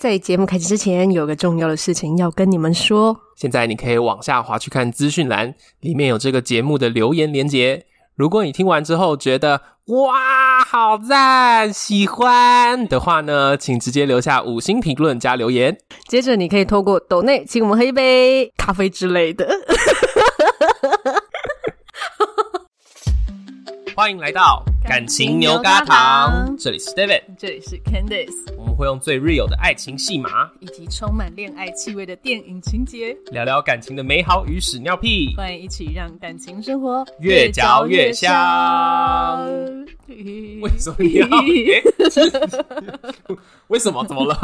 在节目开始之前，有个重要的事情要跟你们说。现在你可以往下滑去看资讯栏，里面有这个节目的留言连结。如果你听完之后觉得哇好赞，喜欢的话呢，请直接留下五星评论加留言。接着，你可以透过抖内请我们喝一杯咖啡之类的。欢迎来到感情牛轧糖，这里是 David，这里是 Candice，我们会用最 real 的爱情戏码，以及充满恋爱气味的电影情节，聊聊感情的美好与屎尿屁。欢迎一起让感情生活越嚼越香为什么你 要？诶为什么？怎么了？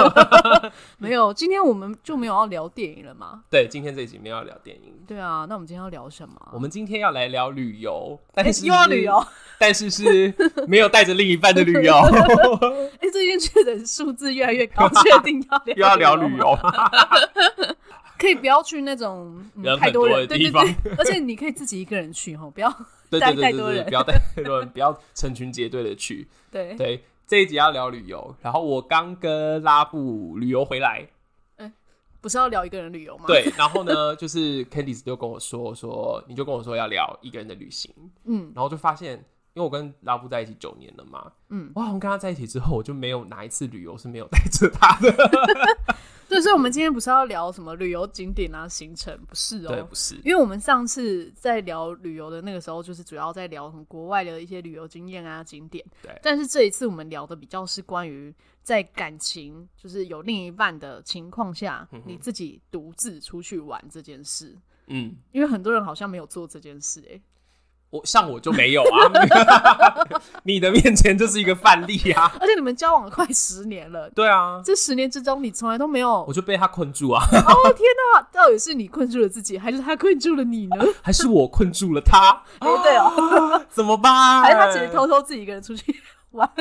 没有，今天我们就没有要聊电影了吗？对，今天这一集没有要聊电影，对啊，那我们今天要聊什么啊？我们今天要来聊旅游，哎但是又要旅游， 但是是没有带着另一半的旅 游，哎，最近确诊数字越来越 高，确定要聊又要聊旅吗 游，可以不要去那种、嗯、人太很多人的对地对对，而且你可以自己一个人去吼，不要 对带对太对对多对，人哎不要带太多人，不要成群结队的去。对。对，这一集要聊旅游，然后我刚跟拉布旅游回来，不是要聊一个人旅游吗？，对，然后呢，就是 Candice 就跟我说说，你就跟我说要聊一个人的旅行，嗯然后就发现，因为我跟拉布在一起九年了嘛，嗯，我好像跟他在一起之后，我就没有哪一次旅游是没有带着他的，对，所以我们今天不是要聊什么旅游景点啊、行程，不是对，哦不。是，因为我们上次在聊旅游的那个时候，就是主要在聊什么国外的一些旅游经验啊、景点。对但是这一次我们聊的比较是关于在感情，就是有另一半的情况下，你自己独自出去玩这件事。嗯。因为很多人好像没有做这件事、欸，我像我就没有啊，你 的面前就是一个范例啊。而且你们交往了快十年了，对啊，这十年之中你从来都没有。我就被他困住啊，哦天哪，到底是你困住了自己，还是他困住 了你呢？还是我困住了他？啊哎、对哦，怎么办？还是他其实偷偷自己一个人出去玩？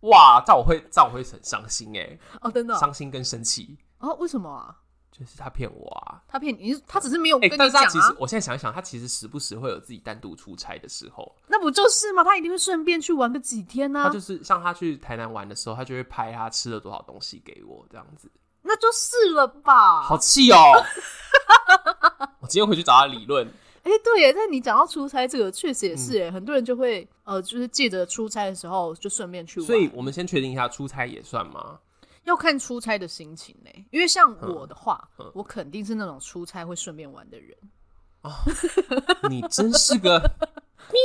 哇，这样我会，这样我会很伤心哎、哦，真的哦伤心跟生气，哦，为什么啊？就是他骗我啊。他骗你，你他只是没有哎、跟你但是讲他其实啊，，我现在想一想，他其实时不时会有自己单独出差的时候，那不就是吗？他一定会顺便去玩个几天啊呢、他就是像他去台南玩的时候，他就会拍他吃了多少东西给我，这样子，那就是了吧好？气哦！ 我今天回去找他理 论，哎、对耶，但你讲到出差这个，确实也是嗯耶，很多人就会呃，就是借着出差的时候就顺便去玩，所以我们先确定一下，出差也算吗？要看出差的心情呢。因为像我的话，嗯我肯定是那种出差会顺便玩的人。你真是 个哎、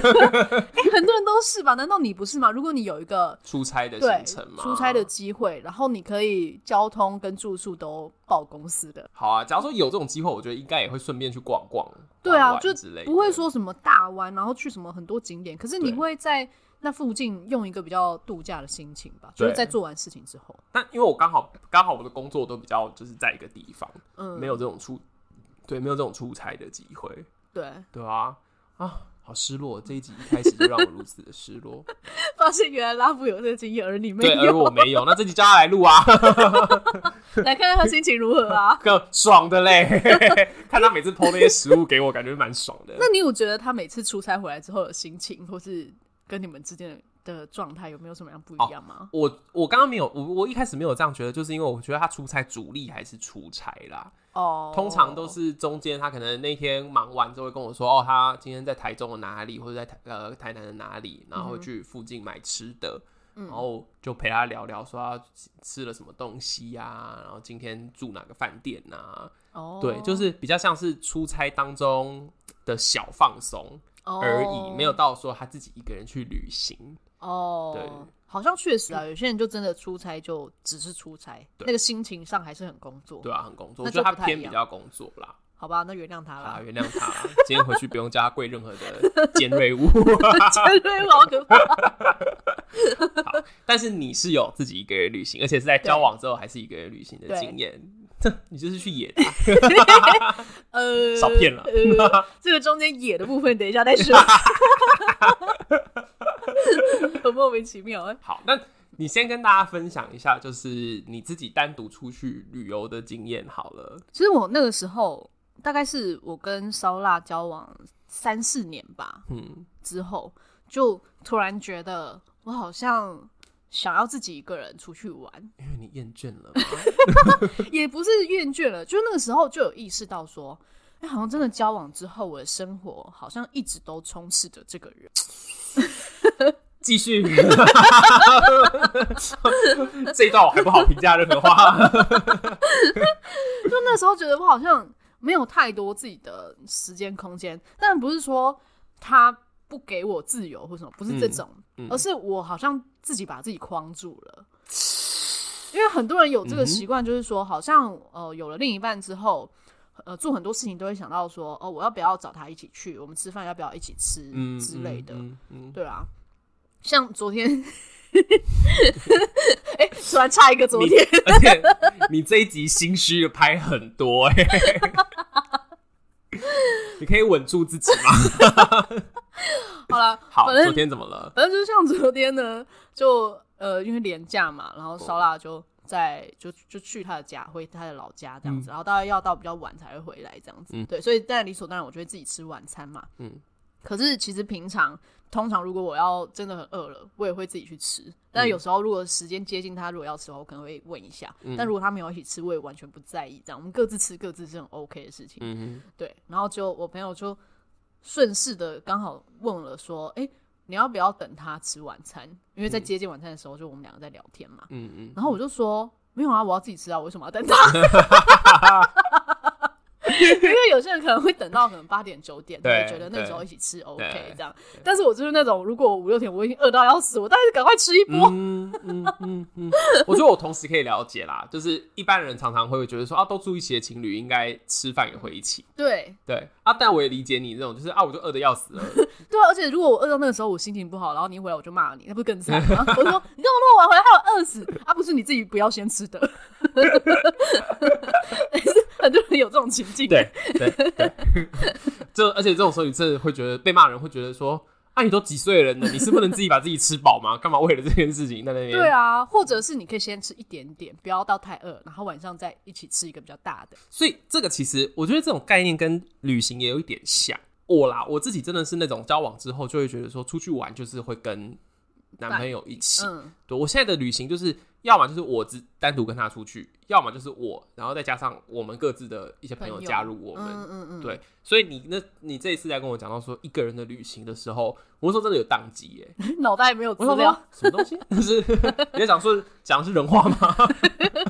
很多人都是吧？难道你不是吗？如果你有一个出差的对行程吗？出差的机会，然后你可以交通跟住宿都报公司的，好啊。假如说有这种机会，我觉得应该也会顺便去逛逛，对玩啊，玩就之类的，不会说什么大湾，然后去什么很多景点，可是你对会在那附近用一个比较度假的心情吧，就是对在做完事情之后，但因为我刚好刚好我的工作都比较就是在一个地方，嗯，没有这种出对没有这种出差的机会，对，对啊啊，好失落！这一集一开始就让我如此的失落， 发现原来拉布有这个经验，而你没对，而有，我没有，那这集叫他来录啊，？来看看他心情如何啊 更爽的嘞！看他每次偷那些食物给我，感觉蛮爽的。那你有觉得他每次出差回来之后的心情，或是跟你们之间的的状态有没有什么样不哦一样吗？我我刚刚没有，我我一开始没有这样觉得，就是因为我觉得他出差主力还是出差啦，哦，通常都是中间他可能那天忙完之后会跟我说，哦，他今天在台中的哪里，或者在台呃台南的哪里，然嗯后去附近买吃的，然后就陪他聊聊，说他吃了什么东西呀、然后今天住哪个饭店呐、哦，对，就是比较像是出差当中的小放松而已，哦没有到说他自己一个人去旅行。哦，对，好像确实啊，有些人就真的出差就只是出差，对那个心情上还是很工作。对啊，很工作，那我就觉得他不太偏一比样较工作啦。好吧，那原谅他啊，啦。原谅他啦，今天回去不用叫他跪任何的尖锐物。 真的好可怕。但是你是有自己一个人旅行，而且是在交往之后还是一个人旅行的经验， 你就是去野的啊，呃，少骗了呃，这个中间野的部分，等一下再 说。很莫名其妙哎、好，那你先跟大家分享一下，就是你自己单独出去旅游的经验好了。其实我那个时候，大概是我跟烧腊交往三四年吧嗯，之后，就突然觉得我好像想要自己一个人出去玩，因为你厌倦了 嘛。也不是厌倦了，就那个时候就有意识到说，哎、好像真的交往之后，我的生活好像一直都充斥着这个人。继续， 这一段我还不好评价任何话。 就那时候觉得我好像没有太多自己的时间空间，但不是说他不给我自由或什么，不是这种，嗯嗯而是我好像自己把自己框住了。因为很多人有这个习惯，就是说，好像呃有了另一半之后，呃做很多事情都会想到说，哦，我要不要找他一起去？我们吃饭要不要一起吃嗯之类的？嗯嗯嗯对啊，像昨天， 哎、突然差一个昨你天，嗯而且你这一集心虚的拍很多 哎、你可以稳住自己吗？ 好了，好，反正昨天怎么了？反正就是像昨天呢，就呃，因为廉价嘛，然哦后烧腊就在就就去他的家，回他的老家这样子，然后大概要到比较晚才会回来这样子。嗯对，所以但理所当然，我就会自己吃晚餐嘛。嗯，可是其实平常通常如果我要真的很饿了，我也会自己去吃。嗯但有时候如果时间接近他如果要吃的话，我可能会问一下。嗯但如果他没有一起吃，我也完全不在意。这样我们各自吃各自是很 OK 的事情。嗯哼，对，然后就我朋友就顺势的刚好问了说，哎、你要不要等他吃晚餐？因为在接近晚餐的时候，就我们两个在聊天嘛。嗯嗯，然后我就说没有啊，我要自己吃啊，我为什么要等他？ 因为有些人可能会等到可能八点九点，对才觉得那时候一起吃 OK 对这样。但是我就是那种，如果我五六点我已经饿到要死，我当然是赶快吃一波。嗯嗯嗯嗯，我觉得我同时可以了解啦，就是一般人常常会觉得说啊，都住一起的情侣应该吃饭也会一起，对对啊，但我也理解你这种，就是啊，我就饿的要死了，对啊，而且如果我饿到那个时候我心情不好，然后你一回来我就骂你，那不是更惨吗？ 我就说你干嘛那么晚回来，害我饿死啊！不是你自己不要先吃的， 很多人有这种情境。对对对，这而且这种时候你真的会觉得被骂人会觉得说，啊，你都几岁人了，你是不能自己把自己吃饱吗？干嘛为了这件事情在那边？对啊，或者是你可以先吃一点点，不要到太饿，然后晚上再一起吃一个比较大的。所以这个其实我觉得这种概念跟旅行也有一点像。我啦，我自己真的是那种交往之后就会觉得说，出去玩就是会跟男朋友一起。嗯，对我现在的旅行就是，要么就是我只单独跟他出去，要么就是我，然后再加上我们各自的一些朋友朋友加入我们。嗯嗯嗯，对，所以你那，你这一次在跟我讲到说一个人的旅行的时候，我说真的有宕机耶，嗯，脑袋没有资我想料说，什么东西？ 就是你在讲说讲的是人话吗？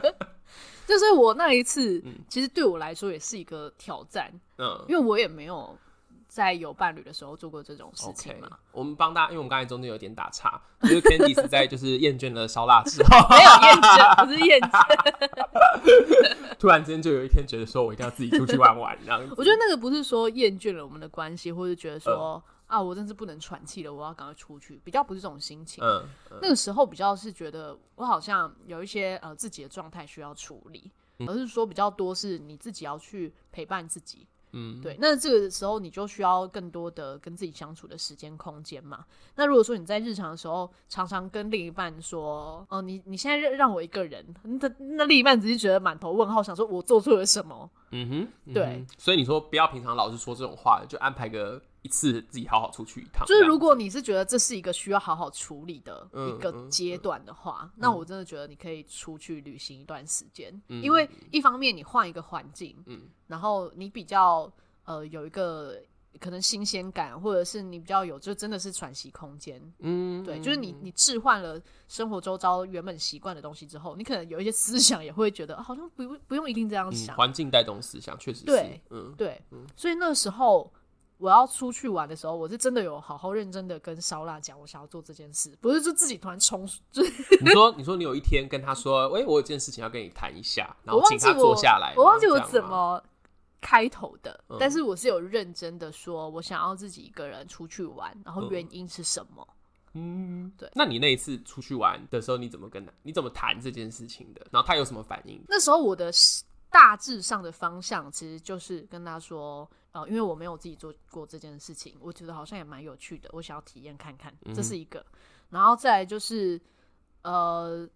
就是我那一次，其实对我来说也是一个挑战，嗯因为我也没有在有伴侣的时候做过这种事情，OK，嘛。我们帮大家，因为我们刚才中间有点打岔，就是 Candy 是在就是厌倦了烧腊之后， 没有厌倦，不是 厌倦，突然间就有一天觉得说我一定要自己出去玩玩，这样子。我觉得那个不是说厌倦了我们的关系，或是觉得说、嗯啊，我真是不能喘气了，我要赶快出去，比较不是这种心情。嗯，那个时候比较是觉得我好像有一些呃自己的状态需要处理，嗯而是说比较多是你自己要去陪伴自己。嗯，对，那这个时候你就需要更多的跟自己相处的时间空间嘛。那如果说你在日常的时候常常跟另一半说，哦、你你现在让让我一个人，那那另一半只是觉得满头问号，想说我做错了什么？嗯哼，嗯哼对。所以你说不要平常老是说这种话，就安排个一次自己好好出去一趟。就是这样如果你是觉得这是一个需要好好处理的嗯一个嗯阶段的话，那我真的觉得你可以出去旅行一段时间，因为一方面你换一个环境，嗯然后你比较呃有一个可能新鲜感，或者是你比较有就真的是喘息空间，嗯，对，就是你你置换了生活周遭原本习惯的东西之后，你可能有一些思想也会觉得、啊好像不用不用一定这样嗯想，环境带动思想，确实是对，嗯对，所以那时候我要出去玩的时候，我是真的有好好认真的跟烧腊讲，我想要做这件事，不是就自己突然冲， 就是你说，你说你有一天跟他说，喂、我有件事情要跟你谈一下，然我后忘请记他坐我下来。我忘记我这样吗怎，么开头的，嗯但是我是有认真的说，我想要自己一个人出去玩，然后原因是什么？嗯，对那你那一次出去玩的时候，你怎么跟他，你怎么谈这件事情的？然后他有什么反应？那时候我的大致上的方向其实就是跟他说，呃，因为我没有自己做过这件事情，我觉得好像也蛮有趣的，我想要体验看看，嗯这是一个。然后再来就是，呃，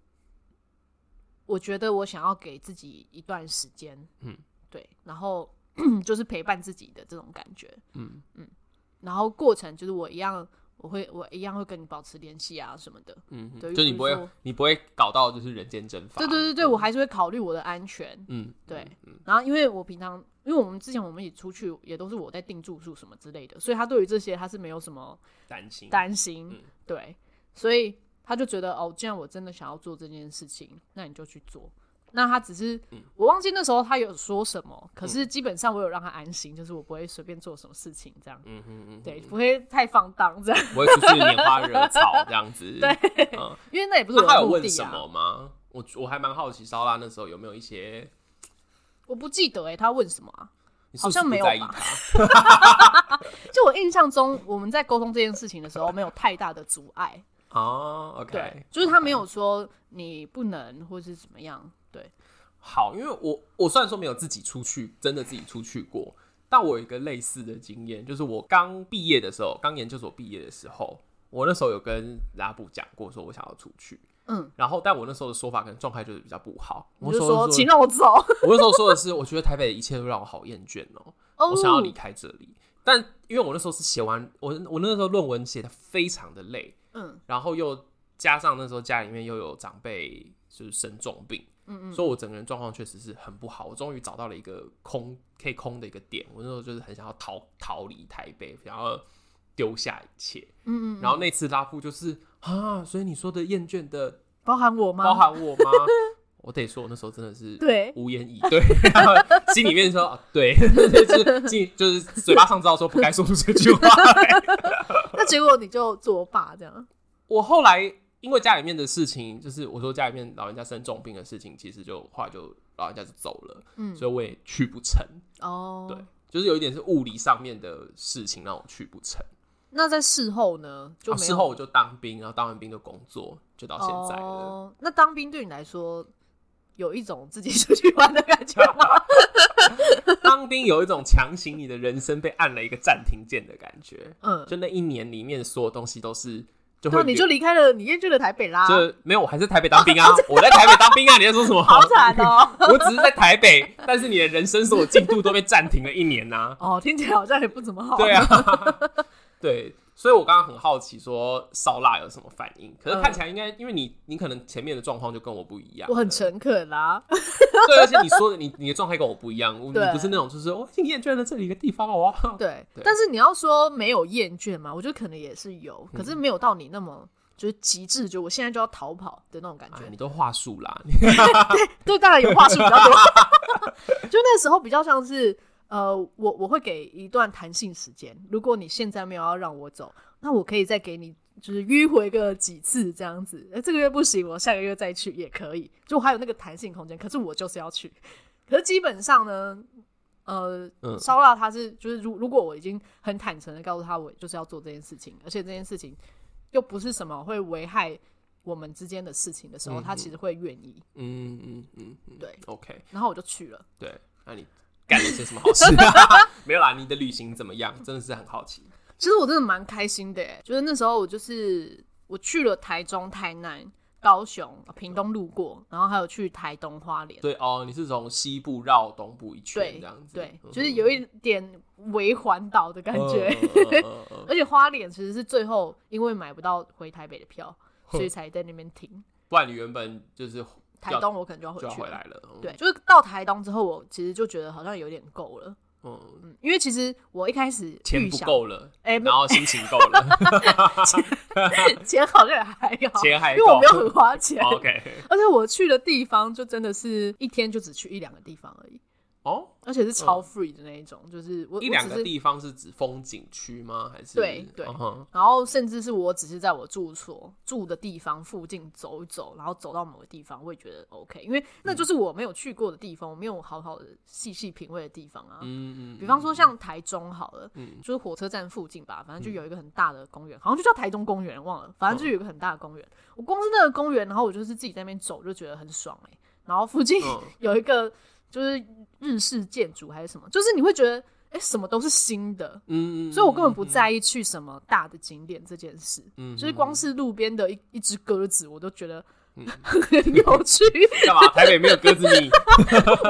我觉得我想要给自己一段时间，嗯，对，然后 就是陪伴自己的这种感觉，嗯嗯。然后过程就是我一样我会我一样会跟你保持联系啊什么的。嗯哼，对就你比不如会说你不会搞到就是人间蒸发。对对对对，我还是会考虑我的安全。嗯，对嗯，嗯然后因为我平常，因为我们之前我们一起出去也都是我在订住宿什么之类的，所以他对于这些他是没有什么担心。担心。嗯对，所以他就觉得哦，既然我真的想要做这件事情，那你就去做。那他只是、嗯我忘记那时候他有说什么，可是基本上我有让他安心，就是我不会随便做什么事情这样，嗯哼 嗯哼，对，不会太放荡这样， 不会出去拈花惹草这样子。对，嗯，因为那也不是我那他的有目问的什啊么。吗？我我还蛮好奇烧腊那时候有没有一些，我不记得哎、他问什么啊？你是不好是像不没有在意吧他？就我印象中，我们在沟通这件事情的时候，没有太大的阻碍。哦对，OK，，就是他没有说你不能或是怎么样，对，好，因为我我虽然说没有自己出去，真的自己出去过，但我有一个类似的经验，就是我刚毕业的时候，刚研究所毕业的时候，我那时候有跟拉布讲过，说我想要出去，嗯，然后但我那时候的说法可能状态就是比较不好，你我就那时说候请让我走，我那时候说的是，我觉得台北的一切都让我好厌倦哦、哦我想要离开这里。但因为我那时候是写完我我那时候论文写的非常的累，嗯然后又加上那时候家里面又有长辈就是生重病，嗯所以我整个人状况确实是很不好。我终于找到了一个空可以空的一个点，我那时候就是很想要逃逃离台北，想要丢下一切。嗯嗯，然后那次拉布就是啊，所以你说的厌倦的包含我吗？包含我 吗？我得说，我那时候真的是对无言以对， 然后心里面说啊，对， 就是进就是嘴巴上知道说不该说出这句话。那结果你就作罢这样，我后来因为家里面的事情，就是我说家里面老人家生重病的事情，其实就后来就老人家就走了，嗯所以我也去不成。哦，对，就是有一点是物理上面的事情让我去不成。那在事后呢，就啊没有事后我就当兵，然后当完兵就工作，就到现在了。哦，那当兵对你来说有一种自己出去玩 的感觉吗？ 当兵有一种强行你的人生被按了一个暂停键的感觉，嗯，啊就那一年里面所有东西都是就会那你就啊离开了你厌倦的台北啦，就没有，我还是台北当 兵啊，我在台北当兵啊，你在说什么？好惨 哦。我只是在台北，但是你的人生所有进度都被暂停了一年呐、 哦，听起来好像也不怎么好。对，啊， 对，所以我刚刚很好奇说烧腊有什么反应，可是看起来应该因为你你可能前面的状况就跟我不一样，我很诚恳啦。对，而且你说的你你的状态跟我不一样，我你对啊不是那哦种就是我已经厌倦了这里一个地方了，哦我要对，对但是你要说没有厌倦嘛，我觉得可能也是有，可嗯是没有到你那么。就是极致，就我现在就要逃跑的那种感觉哎，。你都话术啦，对，当然有话术比较 多。就那时候比较像是，呃，我我会给一段弹性时间。如果你现在没有要让我走，那我可以再给你就是迂回个几次这样子。呃，这个月不行，我下个月再去也可以。就我还有那个弹性空间，可是我就是要去。可是基本上呢，呃，嗯烧腊他是就是如如果我已经很坦诚的告诉他我就是要做这件事情，而且这件事情又不是什么会危害我们之间的事情的时候，嗯他嗯其实会愿意。嗯嗯嗯嗯，对，OK，然后我就去了。对，那你干了些什么 好事、 啊？没有啦，你的旅行怎么样？真的是很好奇。其实我真的蛮开心的耶，就是那时候我就是我去了台中、台南、高雄、屏东路过，然后还有去台东花莲，对哦，你是从西部绕东部一圈对这样子，对嗯，就是有一点围环岛的感觉。嗯嗯嗯嗯嗯 而且花莲其实是最后因为买不到回台北的票，所以才在那边停。不然你原本就是台东我可能就要回就要去回了。来了，嗯对，，就是到台东之后，我其实就觉得好像有点够了，嗯，嗯，因为其实我一开始钱预不想，够了，哎，然后心情够了钱好像也还好，钱还因为我够哦没有很花钱， ，OK，而且我去的地方就真的是一天就只去一两个地方而已，哦，而且是超 free 的那一种，就是我一两我个只是地方是指风景区吗？还是对对嗯哼然后甚至是我只是在我住所住的地方附近走一走，然后走到某个地方，我也觉得 OK，因为嗯那就是我没有去过的地方，我没有好好的细细品味的地方啊。嗯嗯，比方说像台中好了，嗯就是火车站附近吧，反正就有一个很大的公园，好像就叫台中公园，忘了，反嗯正就有一个很大的公园。我光是那个公园，然后我就是自己在那边走，就觉得很爽哎、然后附近嗯 有一个就是日式建筑还是什么，就是你会觉得哎、诶什么都是新的，嗯，嗯所以我根本不，在意去什么大的景点这件事。嗯嗯嗯就是光是路边的一一只鸽子，我都觉得嗯很 有趣。干嘛？台北没有鸽子你，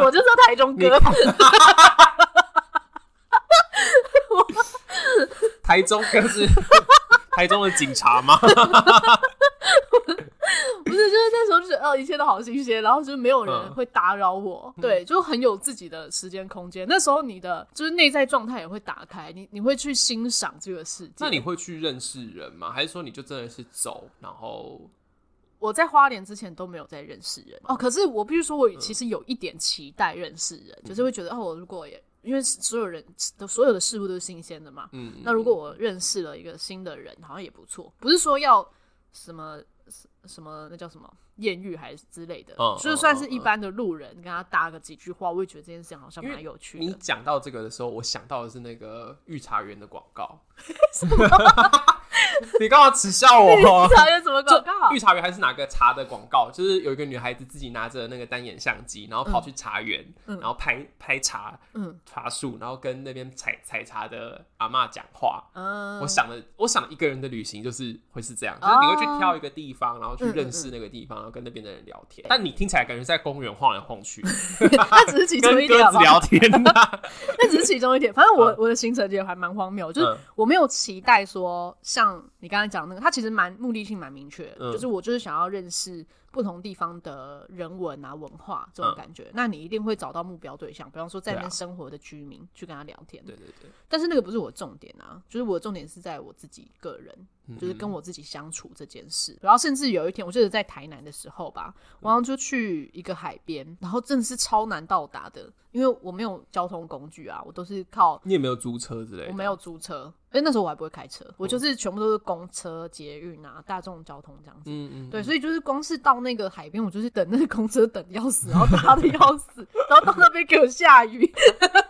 我就说台中鸽，台中鸽子，台中的警察吗？不是，就是那时候就是哦，一切都好新鲜，然后就是没有人嗯会打扰我，对，就很有自己的时间空间。那时候你的就是内在状态也会打开，你你会去欣赏这个世界。那你会去认识人吗？还是说你就真的是走，然后我在花莲之前都没有在认识人哦，可是我必须说，我嗯其实有一点期待认识人，就是会觉得哦，我如果也因为所有人的所有的事物都是新鲜的嘛，嗯，那如果我认识了一个新的人，好像也不错。不是说要什么什什么那叫什么艳遇还是之类的，嗯就是算是一般的路人，跟他搭个几句话，我也觉得这件事情好像因为蛮有趣你的。讲到这个的时候，我想到的是那个御茶园的广 告。 你干嘛耻笑 我？茶园怎么广告？御茶园还是哪个茶的广告？就是有一个女孩子自己拿着那个单眼相机，然后跑去茶园，然后拍拍茶，嗯茶树，然后跟那边采采茶的阿嬷讲话。嗯我想的，我想一个人的旅行就是会是这样，哦就是你会去挑一个地方，然后去嗯嗯认识那个地方，然后跟那边的人聊天。但你听起来感觉在公园晃来晃 去，那只是其跟中一啊点鸽好子不好聊天啊呐、 那只是其中一点。反正我嗯我的行程也还蛮荒谬，就是嗯我没有期待说像你刚才讲的那个，它其实蛮目的性蛮明确的，嗯就是我就是想要认识不同地方的人文啊、文化这种嗯感觉。那你一定会找到目标对象，比方说在那对边啊生活的居民、去跟他聊天。对对对，但是那个不是我重点啊，就是我的重点是在我自己个人，嗯就是跟我自己相处这件事。然后甚至有一天，我记得在台南的时候吧，我好像就去一个海边，然后真的是超难到达的，因为我没有交通工具啊，我都是靠你也没有租车之类嗯的，嗯我没有租车，而且那时候我还不会开车，我就是全部都是公车、捷运啊、大众交通这样子。嗯，嗯嗯，对，所以就是光是到那个海边，我就是等那个公车等得要死，然后搭的要死，然后到那边给我下雨，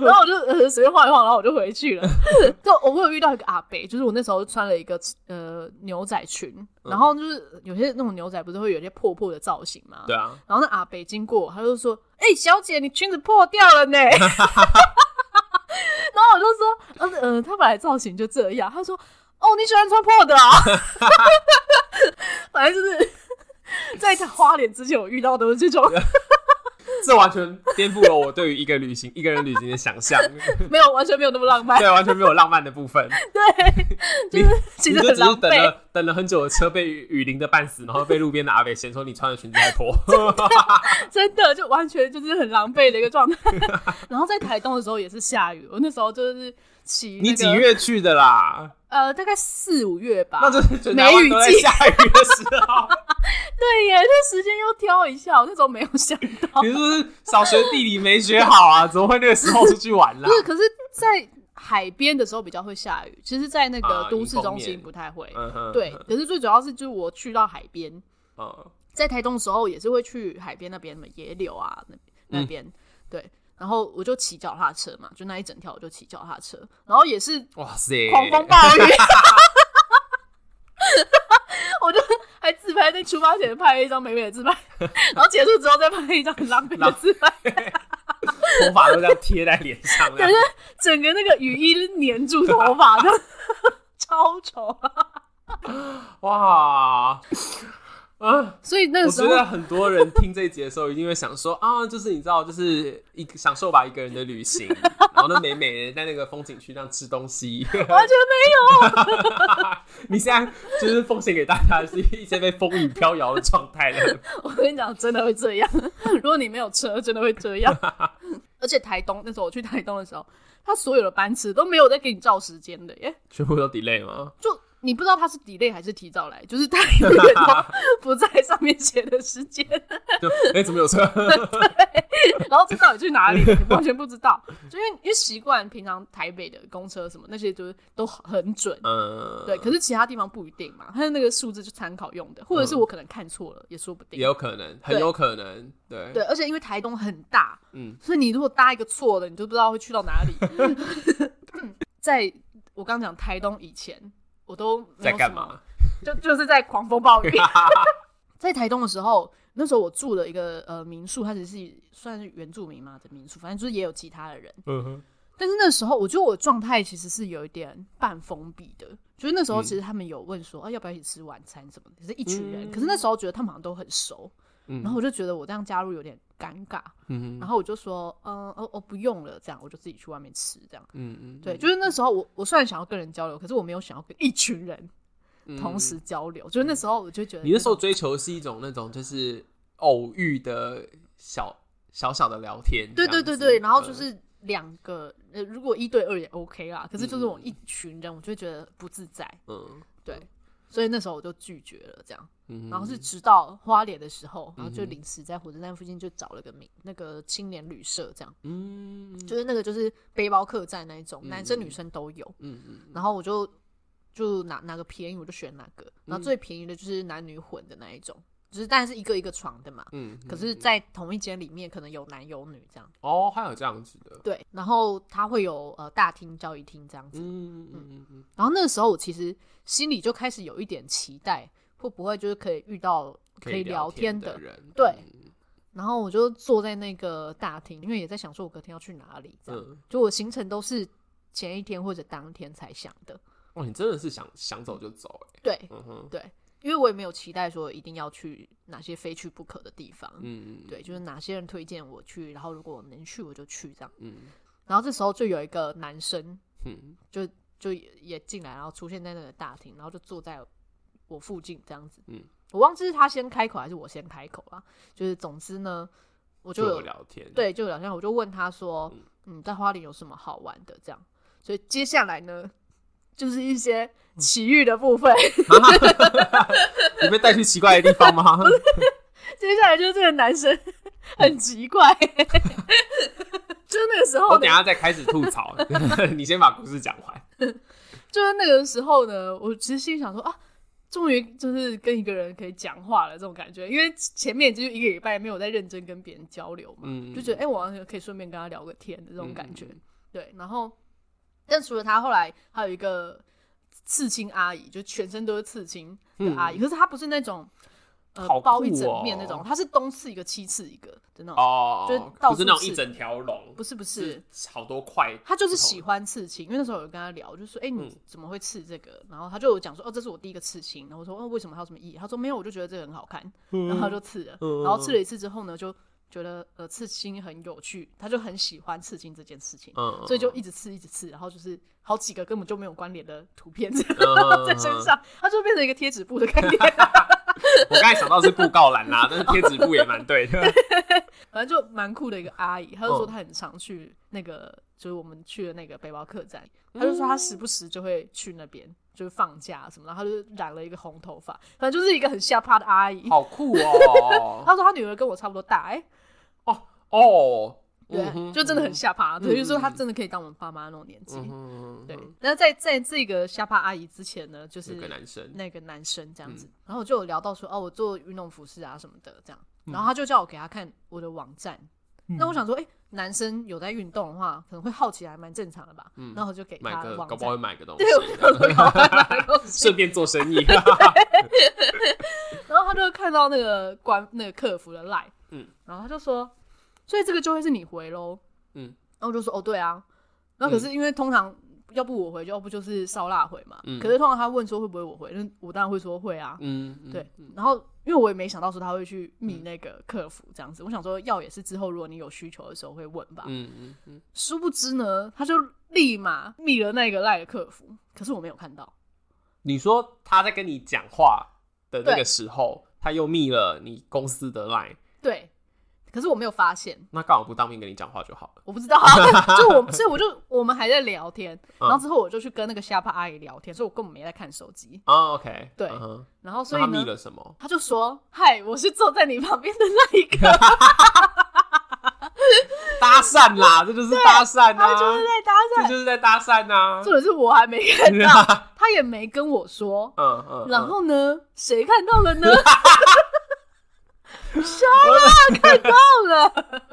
然后我就呃随便晃一晃，然后我就回去了。 就我我有遇到一个阿伯，就是我那时候穿了一个呃牛仔裙，嗯然后就是有些那种牛仔不是会有一些破破的造型嘛，对啊，然后那阿北经过，他就说：“哎、小姐，你裙子破掉了呢。” 然后我就说：“呃呃，他本来造型就这样。”他说：“哦，你喜欢穿破的啊？” 反正就是 在花莲之前，我遇到的都是 这种这完全颠覆了我对于一个旅行、 一个人旅行的想 象，没有完全没有那么浪漫，对，完全没有浪漫的部 分。对，你其你实就很只是狼等狈。了等了很久的车被雨淋的半死，然后被路边的阿北嫌说你穿的裙子太 破，真的就完全就是很狼狈的一个状态。 然后在台东的时候也是下雨，我那时候就是骑、那个你几？月去的啦？呃，大概四五月吧。那就是全台湾都在下雨的时候，对耶，这时间又挑一下，我那时候没有想到。你是不是小学地理没学好啊？ 怎么会那个时候出去玩啦不？是，可是，在海边的时候比较会下雨，其实，在那个啊都市迎风中心面不太会。嗯哼，对，可是最主要是，就是我去到海边，嗯，在台东的时候也是会去海边那边什么野柳啊那那嗯边，对。然后我就骑脚踏车嘛，就那一整条我就骑脚踏车，然后也是哇塞，狂风暴 雨， 我就还自拍，在出发前拍了一张美美的自拍，然后结束之后再拍一张很狼狈的自拍，头发都这样贴在脸上， 这样整个那个雨衣粘住头发 的，超丑。啊哇，嗯。所以那个我时觉候，得很多人听这一集的时候，一定会想说啊，就是你知道，就是一个享受吧一个人的旅行，然后呢，美美的在那个风景区那样吃东西。 完全你现在就是奉献给大家的是一些被风雨飘摇的状态了。没有，我跟你讲，真的会这样。如果你没有车，真的会 这样。而且台东那时候我去台东的时候，他所有的班次都没有在给你照时间的耶，全部都 delay 吗？就你不知道他是 delay 还是提早来，就是他永远都不在上面写的时 间，就哎、怎么有车？然后这到底去哪里，你完全不知道。就因为因为习惯平常台北的公车什么那些，就是都很准，嗯，对，可是其他地方不一定嘛，它的那个数字就参考用的，或者是我可能看错了，也说不定也。有可能，很有可能，对，对，而且因为台东很大，嗯所以你如果搭一个错的，你就不知道会去到哪里。 在我刚讲台东以前，我都没有在干什么嘛？就就是在狂风暴 雨。在台东的时候，那时候我住了一个呃民宿，它只是算是原住民嘛的民宿，反正就是也有其他的人。嗯哼，但是那时候，我觉得我状态其实是有一点半封闭的，就是那时嗯候其实他们有问说，啊，要不要一起吃晚餐什么的，只是一群人。嗯可是那时候觉得他们好像都很熟，嗯然后我就觉得我这样加入有点尴尬，嗯然后我就说，嗯，哦哦，不用了，这样我就自己去外面吃，这样。嗯嗯，对，就是那时候我我虽然想要跟人交流，可是我没有想要跟一群人嗯同时。交流，就是那时候我就觉得你那时候追求是一种那种就是偶遇的小小小的聊天，对对这对样子对，然后就嗯是两个，呃，如果一对二也 OK 啦，可是就是我嗯一群人，我就觉得不自在，嗯对，所以那时候我就拒绝了这样，嗯，然后是直到花莲的时候，然后就嗯哼临时在火车站附近就找了个名那个青年旅社这样，嗯嗯就是那个就是背包客栈那一种，嗯男生嗯女生都有，嗯嗯然后我就。就哪哪个便宜我就选哪个，然嗯后最便宜的就是男女混的那一种，就是但是一个一个床的嘛，嗯，嗯可是，在同一间里面可能有男有女这样。哦，还有这样子的，对，然后它会有呃大厅、交易厅这样子。嗯嗯嗯然后那个时候我其实心里就开始有一点期待，会不会就是可以遇到可以聊聊天的的。人，嗯对然后我就坐在那个大厅，因为也在想说我隔天要去哪里这样。嗯，就我行程都是前一天或者当天才想的，哇，你真的是想想走就走，哎，对嗯哼，对，因为我也没有期待说一定要去哪些非去不可的地方。嗯，嗯对，，就是哪些人推荐我去，然后如果我能去我就去这样。嗯然后这时候就有一个男生，嗯就就也也进来，然后出现在那个大厅，然后就坐在我附近这样子。嗯，我忘记是他先开口还是我先开口啦。就是总之呢，我就就有有聊天，，对就有聊天，我就问他说：“嗯，在花莲有什么好玩的？”这样，所以接下来呢，就是一些奇遇的部分。 你被带去奇怪的地方 吗？接下来就是这个男生 很奇怪， 就是那个时我候呢等一，下再开始吐槽， 你先把故事讲完，就是那个时候呢，我其实心里想说啊，终于就是跟一个人可以讲话了这种感觉，因为前面就是一个礼拜没有在认真跟别人交流嘛，嗯，就觉得哎、诶我好像可以顺便跟他聊个天的这种感觉。对，然后但除了他，后来还有一个刺青阿姨，就全身都是刺青的阿姨，可是她不是那种。呃嗯好，酷包一整面那哦种，她是东刺一个，西刺一个的那种，哦，就是不到是处那种一是整条龙，不是不是，好多块，他就是喜欢刺青，因为那时候有跟他聊，就说：“哎、你嗯怎么会刺这个？”然后他就有讲说：“哦，这是我第一个刺青。”然后我说：“哦，为什么？还有什么意义？”他说：“没有，我就觉得这个很好看。”然后他就刺了，嗯然后刺了一次之后呢，就觉得呃刺青很有趣，他就很喜欢刺青这件事情，嗯，所以就一直刺一直刺，然后就是好几个根本就没有关联的图片在嗯在身上，他就变成一个贴纸布的概念。我刚才想到是布告栏啦，但是贴纸布也蛮对的。反正就蛮酷的一个阿姨，她就说嗯她很常去那个，就是我们去的那个背包客栈，她就嗯说她时不时就会去那边，就是放假什么的，然后她就染了一个红头发，反正就是一个很下趴的阿姨。好酷哦！她说她女儿跟我差不多大，哎、哦，对，嗯哼就真的很下趴，对，嗯就是说她真的可以当我们爸妈那种年纪。嗯哼对，那在在这个下趴阿姨之前呢，就有是个男生，那个男生这样子，嗯然后我就有聊到说，哦，我做运动服饰啊什么的这样，然嗯后他就叫我给他看我的网站，那我想说，哎、男生有在运动的话，可能会好奇，还蛮正常的吧，然后我就给嗯买他个网搞不好 会站，买个东西对，，我搞买的东西顺便做生 意。然后他就看到那个官那个客服的 line，嗯然后他就说，所以这个就会是你回喽，嗯，然后我就说，哦，对啊，然后可是因为通常。要不我回，要不就是烧腊回嘛。嗯可是通常他问说会不会我回，那我当然会说会啊。 嗯，嗯对，，然后因为我也没想到说他会去密那个客服这样子，我想说要也是之后如果你有需求的时候会问吧。嗯嗯嗯，殊不知呢，他就立马密了那个赖的客服，可是我没有看到。你说他在跟你讲话的那个对时候，他又密了你公司的 line，对，可是我没有发现，那干嘛不当面跟你讲话就好了？我不知道啊。 就我，所以我就我们还在聊天，嗯然后之后我就去跟那个下巴阿姨聊天，所以我根本没在看手机。哦，OK，对嗯哼然后所那以他密呢，了什么？他就说：“嗨，我是坐在你旁边的那一个。”搭讪啦，这就是搭讪他就啊，是在搭这讪， 就是在搭讪啊。重点是我还没看 到，他也没跟我说。嗯嗯，然后呢，谁看到 了呢？笑啊了，看到了。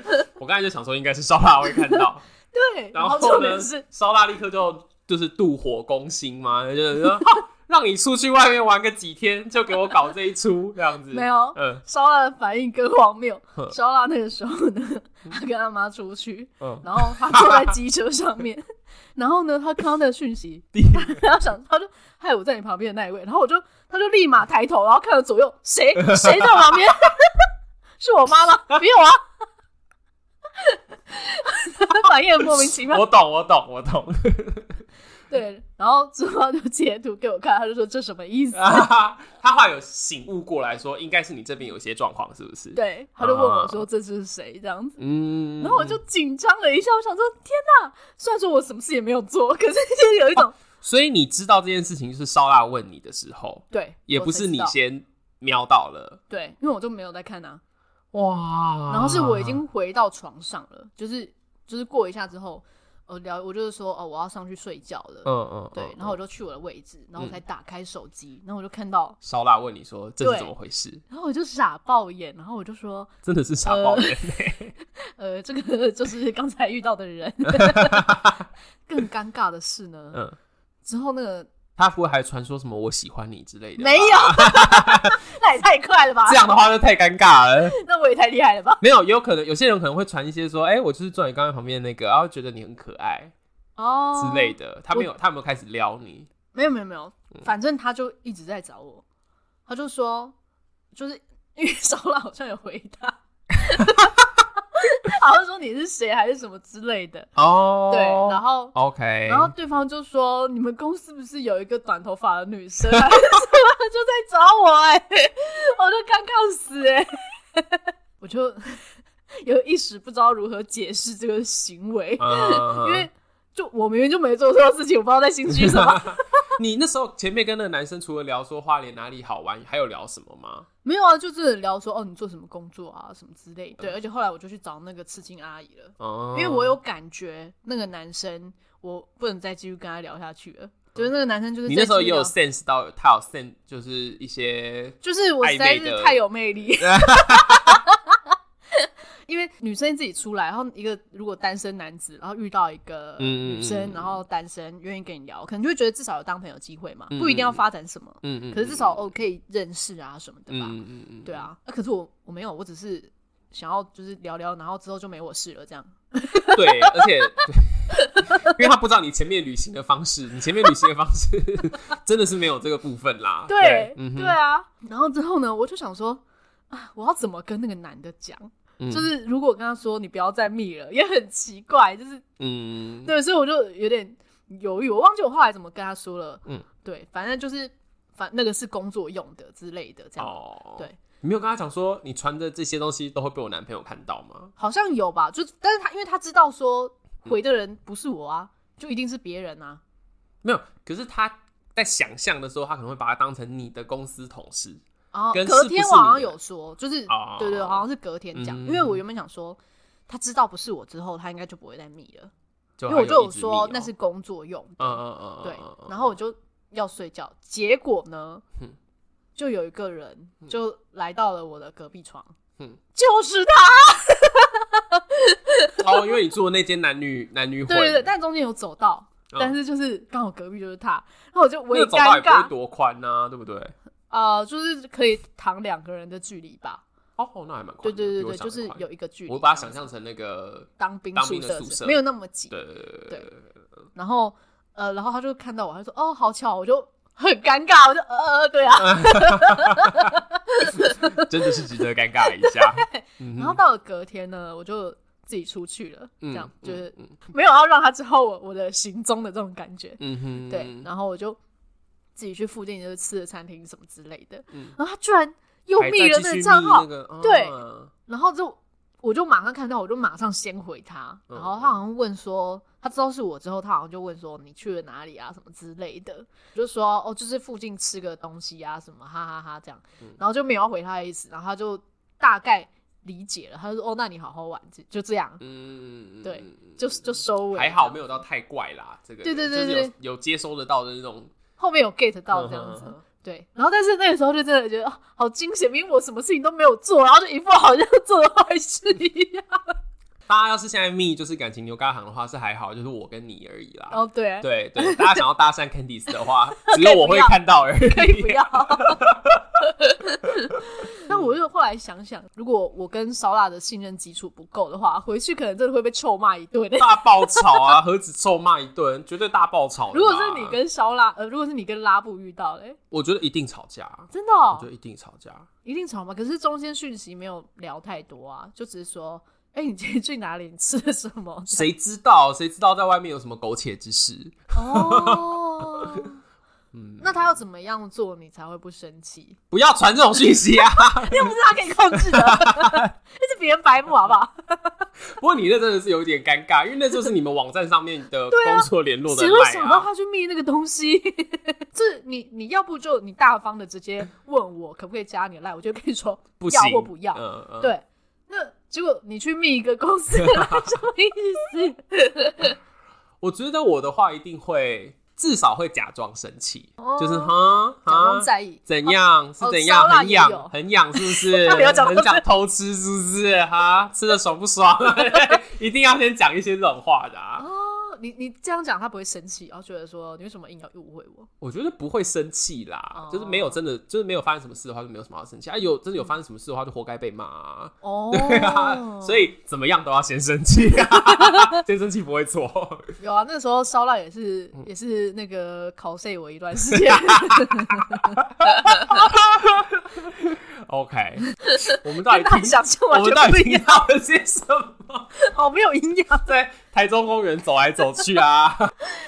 我刚才就想说，应该是烧腊会看 到，对，然后后重呢点是，，烧腊立刻就就是妒火攻心嘛，就是说哈让你出去外面玩个几天，就给我搞这一出这样子。 没有嗯烧腊的反应更荒谬呵。烧腊那个时候呢，他跟他妈出去，嗯，然后他坐在机车 上面，然后呢，他看到那个讯息，第一个他想，他就害我在你旁边的那一位，然后我就，他就立马抬头，然后看了左右， 谁谁在我旁边？ 是我妈吗？没有啊， 反应很莫名其妙。我懂，我懂，我懂。 对，然后之后他就截图给我看，他就说这什么意思？啊他后来有醒悟过来说，应该是你这边有一些状况，是不是？，对，他就问我说这是谁这样子，嗯。然后我就，紧张了一下，我想说天哪，虽然说我什么事也没有做，可是就是有一哦种、所以你知道这件事情就是烧腊问你的时候，对，也我不才是知你道先瞄到了，对，因为我就没有在看啊，哇然后是我已经回到床上了，就是就是过一下之后，我聊我就是说哦，我要上去睡觉了，嗯嗯，对嗯，然后我就去我的位置，然后我才打开手机，然后我就看到，烧腊问你说这是对怎么回事？然后我就傻爆眼，然后我就说真的是傻爆眼 欸呃，这个 就是刚才遇到 的人。更尴尬的是呢，嗯，之后那个他不会还传说什么我喜欢你之类的吧？没有， 那也太快了吧？这样的，话就太尴尬了。那我也太厉害了吧？没有，也有可能有些人可能会传一些说，哎、我就是坐你刚才旁边那个，然后觉得你很可爱哦之类，的。嗯他没有，他有没有开始撩你？没有没有没有，反正他就一直在找我，他就说，就是 因为烧腊好像有回答， 好像说你是谁还是什么之类的，哦，对，然后。 OK，然后对方就说：“你们公司不是有一个短头发的女生，啊 还是什么就在找我、哎，我就尴尬死哎、我就有一时不知道如何解释这个行为，嗯，因为 就我明明就没做错事情，我不知道在心虚什 么。你那时候前面跟那个男生除了聊说花莲哪里好玩，还有聊什么吗？没有啊，就是聊说哦，你做什么工作啊，什么之类。对，而且后来我就去找那个刺青阿姨了，哦、因为我有感觉那个男生我不能再继续跟他聊下去了，就是那个男生就是你那时候再继也续有聊 sense 到他有 sense，就是一些就是我实在暧昧的是太有 魅力。因为女生自己出来，然后一个如果单身男子，然后遇到一个嗯嗯女生，嗯然后单身愿意跟你聊，可能就会觉得至少有当朋友机会嘛，嗯不一定要发展什么，嗯嗯，可是至少哦可以认识啊什么的吧。嗯嗯嗯，对啊，啊可是我我没有，我只是想要就是聊聊，然后之后就没我事了这样。对，而且对因为他不知道你前面旅行的方式，你前面旅行的方式真的是没有这个部分啦。对，嗯对哼，啊。然后之后呢，我就想说啊，我要怎么跟那个男的讲？嗯就是如果跟他说你不要再密了，也很奇怪，就是嗯，对，所以我就有点犹豫，我忘记我后来怎么跟他说了。嗯，对，反正就是反那个是工作用的之类的，这样、哦，对，你没有跟他讲说你穿的这些东西都会被我男朋友看到吗？好像有吧？就但是他因为他知道说嗯回的人不是我啊，就一定是别人啊。没有，可是他在想象的时候，他可能会把它当成你的公司同事。哦，跟是隔不天是我好你像的有说，就是、哦对对，好像是隔天讲，嗯因为我原本想说。他知道不是我之后，他应该就不会再密了，就因为我还就一有直说密哦那是工作用，嗯嗯嗯嗯，对嗯嗯，然后我就要睡觉，结果呢嗯，就有一个人就来到了我的隔壁床嗯，就是他，哦，因为你住的那间男女男女混，对对对，但中间有走到，嗯但是就是刚好隔壁就是他，然后我就我那也个走道尴也不会尬，多宽呐、对不对？呃，就是可以躺两个人的距离吧，哦，哦那还蛮宽对的。对对比我对，想就的是宽有一个距离，我把它想象成那个，当兵当宿兵的舍宿之舍没有那么挤，对对对对然后呃，然后他就看到我，他就说：“哦，好巧！”我就很尴尬，我就呃呃，呃对啊。对， 真的是值得尴尬一下。然后到了隔天呢，我就自己出去了， 这嗯样嗯就是嗯没有要让他知道我我的行踪的这种感觉。嗯哼，对，然后我就自己去附近就是吃的餐厅什么之类的嗯，然后他居然又还密在了继那续个账密号那，个啊对然后就我就马上看到，我就马上先回他，嗯然后他好像问说，他知道是我之后，他好像就问说你去了哪里啊什么之类的，我就说哦就是附近吃个东西啊什么哈哈哈这样，嗯然后就没有要回他的意思，然后他就大概理解了，他就说哦那你好好玩就就这样，嗯，对嗯，嗯就就收尾，还好没有到太怪啦。这个对对就是对对有有接收得到的那种，后面有 get 到这样子。嗯对，然后但是那个时候就真的觉得哦， 好惊险，明明我什么事情都没有做，然后就一副好像做了坏事一样。大家要是现在密就是感情牛轧行的话是还好，就是我跟你而已啦。哦，对，对对，大家想要搭讪 Candice 的 话，只有我会看到而可以不已。 要。但我就后来想想，如果我跟烧腊的信任基础不够的话，回去可能真的会被臭骂 一顿。大爆炒啊，何止臭骂一顿，绝对大爆炒的吧。如果是你跟烧腊，呃，如果是你跟拉布遇到嘞，我觉得一定吵架，啊真的、我哦觉、得一定吵架。啊一定吵嘛。可是中间讯息没有聊太多啊，就只是说，哎、你今天去哪里？你吃了什么？谁知道？谁知道在外面有什么苟且之事？ 哦，那他要怎么样做你才会不生气？不要传这种讯息啊！ 又不是他可以控制的， 那是别人白目好不 好？不过你那真的是有点尴尬，因为那就是你们网站上面的工作联络的谁会赖想到啊。他去密那个东西？ 这你你要不就你大方的直接问我可不可以加你的赖，我就跟你说不要行，或不呃要。嗯嗯，对，那结果你去密一个公司的哎赖，什么意思？我觉得我的话一定会至少会假装生气，哦就是哈假装哈在 意，怎样是哦怎样烧腊很也有痒很痒是不是？ 到底要讲很到想偷吃是不是？哈，吃的爽不爽？ 一定要先讲一些这种话的啊！哦，你你这样讲他不会生气，然哦后觉得说你为什么硬要误会我？我觉得不会生气啦哦，就是没有真的就是没有发生什么事的话就没有什么好生气啊。有真的有发生什么事的话就活该被骂啊。哦，对啊，所以怎么样都要先生气，啊 先生气不会错。有啊，那时候烧腊也是、嗯也是那个考 C 我一段时 间， OK，我们到底跟大家听想象我完们全到不底一听样，到了些什么？好没有营养。在台中公园走来走去 啊，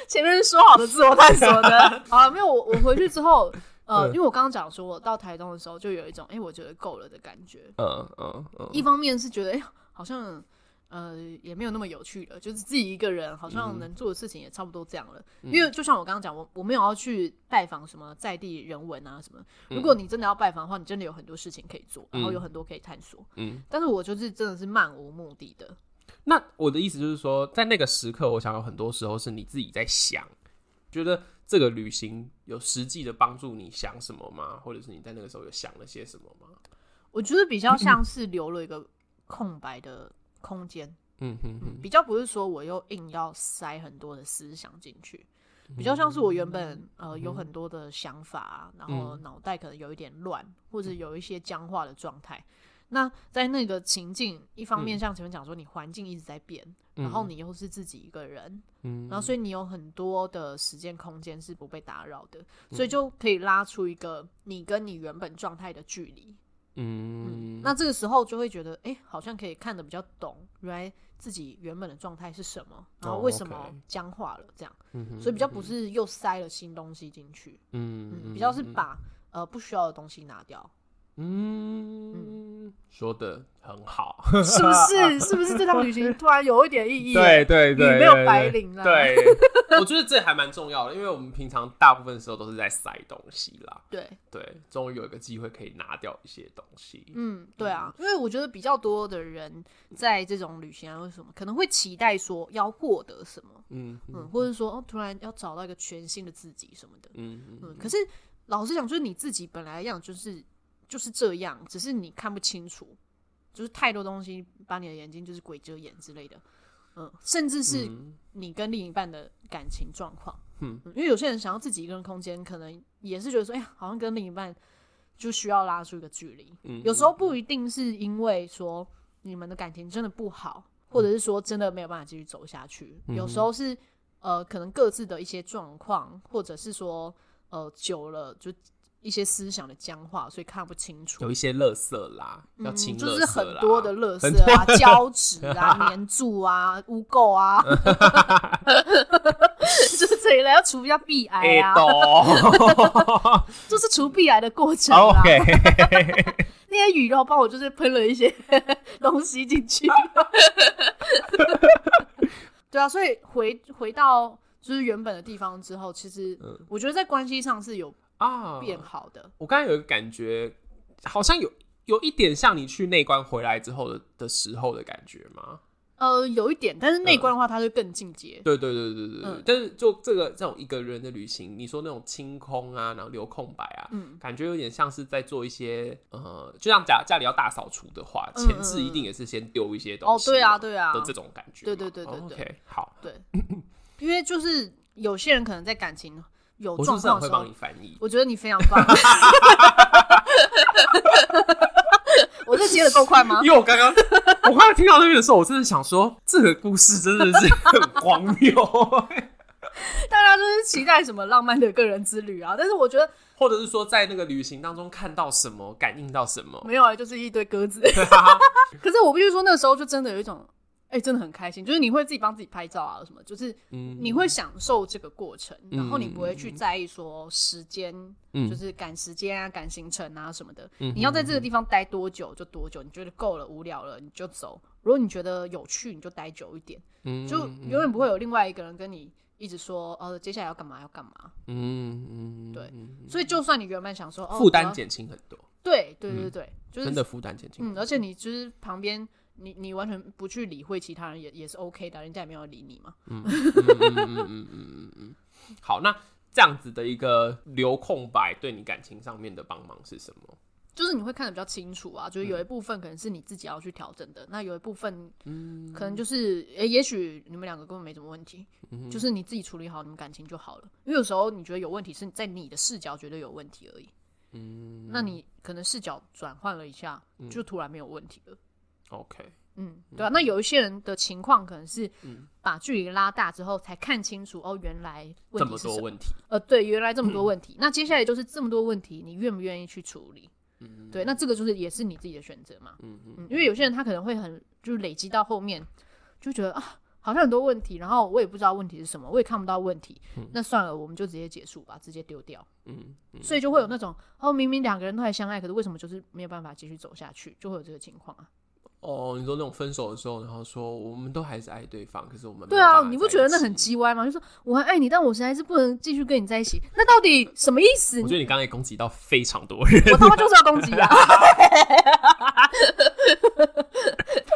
前面说好的自我探索 呢？好了，没有我我回去之后，呃，嗯因为我刚刚讲说，我到台东的时候就有一种哎、诶我觉得够了的感觉。嗯嗯嗯，一方面是觉得哎、诶好像呃也没有那么有趣了，就是自己一个人好嗯像能做的事情也差不多这样了。因为就像我刚刚讲，我我没有要去拜访什么在地人文啊什么。嗯如果你真的要拜访的话，你真的有很多事情可以做，然后有很多可以探索。嗯，但是我就是真的是漫无目的的。那我的意思就是说，在那个时刻，我想有很多时候是你自己在想，觉得这个旅行有实际的帮助你想什么吗？或者是你在那个时候有想了些什么吗？我觉得比较像是留了一个空白的空间，嗯哼哼，比较不是说我又硬要塞很多的思想进去，比较像是我原本呃有很多的想法啊，然后脑袋可能有一点乱，或者有一些僵化的状态。那在那个情境，一方面像前面讲说，你环境一直在变，然后你又是自己一个人，嗯然后所以你有很多的时间空间是不被打扰的，嗯所以就可以拉出一个你跟你原本状态的距离。嗯，那这个时候就会觉得，哎、好像可以看得比较懂，原来自己原本的状态是什么，然后为什么哦 OK 僵化了这样，嗯哼所以比较不是又塞了新东西进去，嗯，嗯比较是把呃不需要的东西拿掉， 嗯，说的很好，是不是？是不是这趟旅行突然有一点意义？对，对对，你没有对白领啦对，我觉得这还蛮重要的，因为我们平常大部分时候都是在塞东西啦。对，对，终于有一个机会可以拿掉一些东西。嗯，对啊，因为我觉得比较多的人在这种旅行啊，为什么可能会期待说要获得什么，嗯嗯，或者说哦，突然要找到一个全新的自己什么的，嗯嗯嗯，可是老实讲，就是你自己本来的样子就是就是这样，只是你看不清楚，就是太多东西把你的眼睛就是鬼遮眼之类的，嗯，甚至是嗯你跟另一半的感情状况，嗯因为有些人想要自己一个人空间，可能也是觉得说，哎、呀，好像跟另一半就需要拉出一个距离，嗯有时候不一定是因为说你们的感情真的不好，或者是说真的没有办法继续走下去，嗯有时候是呃可能各自的一些状况，或者是说呃久了就一些思想的僵化，所以看不清楚有。一些垃圾啦，要嗯清垃圾就啦是很多的垃很圾啊、胶纸 啊、粘住啊、污垢啊， 就是这一类要除一下壁癌哎啊，懂就是除壁癌的过程啊。 ，OK，那些鱼肉帮我就是喷了 一些东西进去。对啊，所以回回到就是原本的地方之后，其实嗯我觉得在关系上是有啊，变好的。我刚才有一个感觉，好像有有一点像你去内观回来之后的的时候的感觉吗？呃，有一点，嗯但是内观的话，它就更进阶。对对对对对对。嗯但是就这个这种一个人的旅行，你说那种清空啊，然后留空白啊，嗯感觉有点像是在做一些呃，就像家家里要大扫除的话，嗯前置一定也是先丢一些东哦，西嘛。对啊，对啊，的这种感觉嘛。对对对对对 OK，好，对，因为就是有些人可能在感情有我是不状是很会况的时候，帮你翻译？我觉得你非常 棒。 我这接的够快吗？因为我刚刚我刚刚听到那边的时候，我真的想说，这个故事真的是很荒谬，大家就是期待什么浪漫的个人之旅啊，但 是我觉得或者是说在那个旅行当中看到什么，感应到什么。没有啊，就是一堆 鸽子。对啊，可是我必须说，那时候就真的有一种，哎、真的很开心，就是你会自己帮自己拍照啊，什么，就是嗯你会享受这个过程，嗯然后你不会去在意说时间，嗯就是赶时间啊、赶行程啊什么的。嗯哼你要在这个地方待多久就多久，你觉得够了、无聊了你就走。如果你觉得有趣，你就待久一点，嗯就永远不会有另外一个人跟你一直说，呃，接下来要干嘛要干嘛。嗯嗯，对嗯，嗯所以就算你原本想说，哦，负担我要减轻很多，对对对对，就是嗯真的负担减轻很嗯，多。而且你就是旁边，你你完全不去理会其他人也也是 OK 的，啊人家也没有理你嘛。嗯好，那这样子的一个留空白，对你感情上面的帮忙是什么？就是你会看得比较清楚啊，嗯就是有一部分可能是你自己要去调整的，那有一部分，嗯可能就是，诶、也许你们两个根本没什么问题，嗯就是你自己处理好你们感情就好了。因为有时候你觉得有问题，是在你的视角觉得有问题而已。嗯，那你可能视角转换了一下，嗯就突然没有问题了。 OK，嗯，对啊，那有一些人的情况可能是嗯把距离拉大之后才看清楚哦，原来问这题么是多什么？问题，嗯呃，对，原来这么多问题。那接下来就是这么多问题，你愿不愿意去处理？嗯，对，那这个就是也是你自己的选择嘛。嗯嗯，因为有些人他可能会很就是累积到后面就觉得啊，好像很多问题，然后我也不知道问题是什么，我也看不到问题，那算了，我们就直接结束吧，直接丢掉。嗯，嗯所以就会有那种哦，明明两个人都还相爱，可是为什么就是没有办法继续走下去，就会有这个情况啊。哦，你说那种分手的时候，然后说我们都还是爱对方，可是我们没对有办啊，法你不在觉得一那很起？叽歪吗？就说我很爱你，但我实在是不能继续跟你在一起，那到底什么意思？我觉得你刚才攻击到非常多人，我他妈就是要攻 击啊！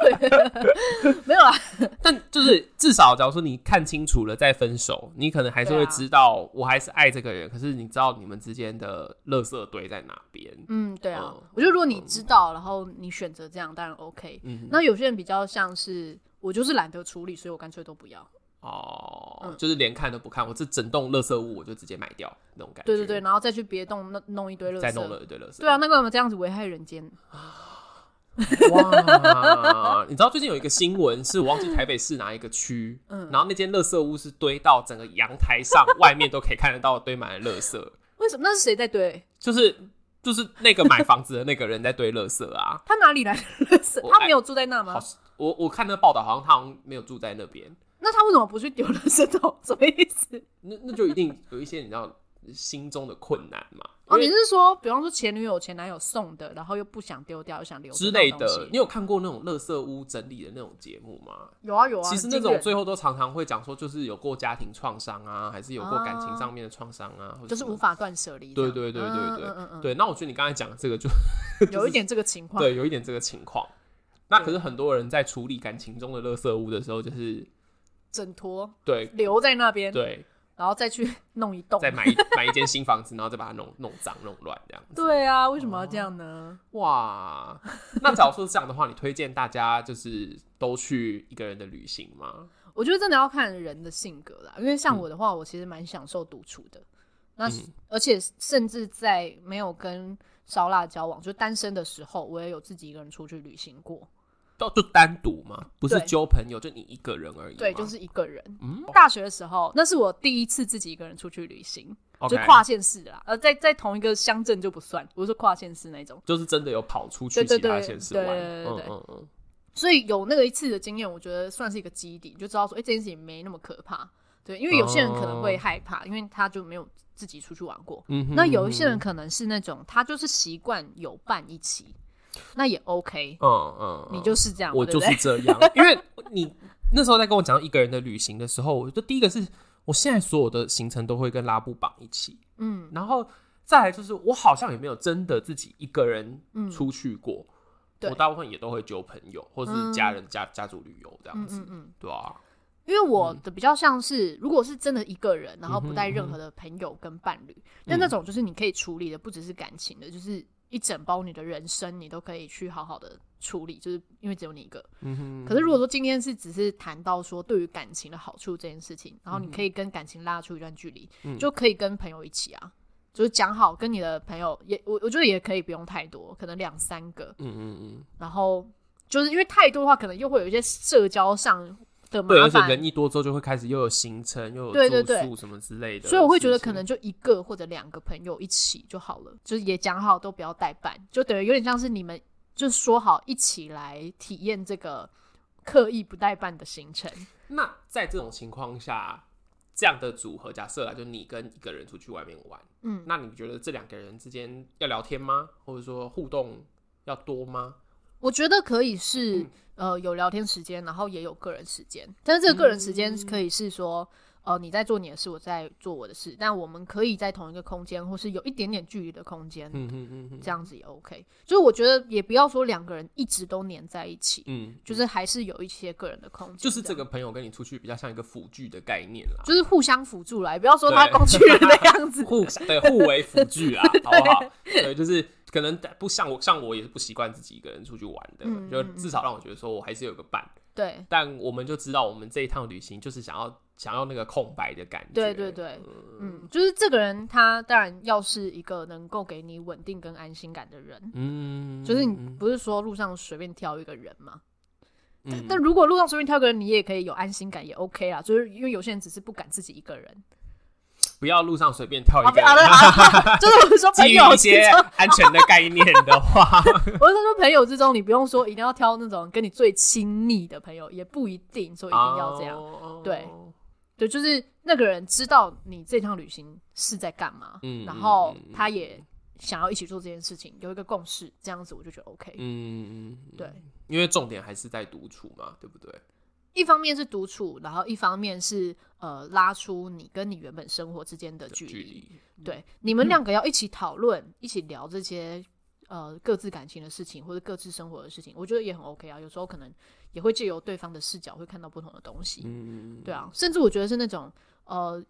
对， 没有啦，啊但 就是至少，假如说你看清楚了再分手，你可能还是对会啊知道我还是爱这个人，可是你知道你们之间的垃圾堆在哪边。嗯，对啊嗯，我觉得如果你知道，然后你选择这样，当然 OK。嗯那有些人比较像是我就是懒得处理，所以我干脆都不要。哦，嗯就是连看都不看，我这整栋垃圾屋我就直接买掉那种感觉。对对对，然后再去别动弄弄一堆垃再弄圾。了一堆垃圾。对啊，那干嘛这样子危害人间？哇，你知道最近有一个新闻，是我忘记台北市哪一个区，嗯然后那间垃圾屋是堆到整个阳台上，外面都可以看得到堆满了垃圾，为什么？那是谁在堆？就是就是那个买房子的那个人在堆垃圾啊。他哪里来的垃圾？我哎他没有住在那好吗？，我我看那个报道，好像他好像没有住在那边，那他为什么不去丢垃圾桶？什么意思？那那就一定有一些你知道心中的困难嘛， 哦，你因为是说，比方说前女友、前男友送的，然后又不想丢掉，又想留着之那类种东的西。你有看过那种垃圾屋整理的那种节目吗？有啊有啊，其实很那惊种人最后都常常会讲说，就是有过家庭创伤啊，还是有过感情上面的创伤啊，或者就是什么无法断舍离这对样。对对对嗯对、嗯嗯对。那我觉得你刚才讲的这个就嗯，有一点这个情况。对，有一点这个情况。那可是很多人在处理感情中的垃圾屋的时候，就是枕头对留在那边，对，然后再去弄一栋。再买一 买一间新房子，然后再把它弄弄脏弄乱这样子。对啊，为什么要这样哦呢？哇，那假如说是这样的话，你推荐大家就是都去一个人的旅行吗？我觉得真的要看人的性格啦，因为嗯像我的话，我其实蛮享受独处的。那而且甚至在没有跟烧腊交往，就单身的时候，我也有自己一个人出去旅行过。都就单独吗？不是对交朋友，就你一个人而已吗。嗯对，就是一个人。大学的时候，那是我第一次自己一个人出去旅行，就 OK，跨县市啦。呃，在在同一个乡镇就不算，我是跨县市那种。就是真的有跑出去对对其他对县市对玩。对对嗯对嗯嗯。所以有那个一次的经验，我觉得算是一个基底，你就知道说，哎、这件事情没那么可怕。对，因为有些人可哦能会害怕，因为他就没有自己出去玩过。嗯哼那有一些人可能是那种他就是习惯有伴一起，那也 OK，、嗯嗯，你嗯就是这样嘛，我对不就对是这样，因为你那时候在跟我讲一个人的旅行的时候，我就第一个是我现在所有的行程都会跟拉布绑一起，嗯，然后再来就是我好像也没有真的自己一个人出去过，嗯对我大部分也都会揪朋友或是家人家、家族旅游这样子，嗯嗯，对啊，因为我的比较像是，如果是真的一个人，然后不嗯带哼嗯任何的朋友跟伴侣，但那种就是你可以处理的，不只是感情的，就是一整包你的人生，你都可以去好好的处理，就是因为只有你一个。嗯哼，可是如果说今天是只是谈到说对于感情的好处这件事情，然后你可以跟感情拉出一段距离，嗯就可以跟朋友一起啊，就是讲好跟你的朋友也，我我觉得也可以不用太多，可能两三个，嗯嗯嗯，然后就是因为太多的话，可能又会有一些社交上的对，麻而且烦。人一多之后就会开始又有行程，又有对对住对宿什么之类的，所以我会觉得可是能就一个或者两个朋友一起就好了，就是也讲好都不要代办，就等于有点像是你们就说好一起来体验这个刻意不代办的行程。那在这种情况下，这样的组合，假设啦，就你跟一个人出去外面玩，嗯，那你觉得这两个人之间要聊天吗？或者说互动要多吗？我觉得可以是、嗯呃有聊天时间，然后也有个人时间，但是这个个人时间嗯可以是说。呃，你在做你的事，我在做我的事，但我们可以在同一个空间，或是有一点点距离的空间，嗯嗯嗯嗯这样子也 OK。就是我觉得也不要说两个人一直都黏在一起，嗯，就是还是有一些个人的空间。就是这样个朋友跟你出去比较像一个辅具的概念啦，就是互相辅助啦，也不要说他对。工具人的样 子 互对互为辅具啦，好不好？对，就是可能不像我，像我也是不习惯自己一个人出去玩的，嗯就嗯嗯至少让我觉得说我还是有个伴。对但我们就知道，我们这一趟旅行就是想要想要那个空白的感觉。对对对，嗯，就是这个人他当然要是一个能够给你稳定跟安心感的人，嗯，就是你嗯不是说路上随便挑一个人嘛？嗯但如果路上随便挑一个人，你也可以有安心感，也 OK 啦。就是因为有些人只是不敢自己一个人，不要路上随便跳啊一不个啊人。啊， 啊就是我说朋基于友一些之中， 安全的概念的话， 我是说朋友之中，你不用说一定要挑那种跟你最亲密的朋友，也不一定说一定要这样。哦对对，就是那个人知道你这趟旅行是在干嘛，嗯然后嗯嗯他也想要一起做这件事情，有一个共识，这样子我就觉得 OK。嗯，对，因为重点还是在独处嘛，对不对？一方面是独处，然后一方面是呃拉出你跟你原本生活之间的距距离。离，嗯对，你们两个要一起讨论，一起聊这些呃各自感情的事情或者各自生活的事情，我觉得也很 OK 啊。有时候可能也会借由对方的视角会看到不同的东西。嗯，对啊，甚至我觉得是那种呃，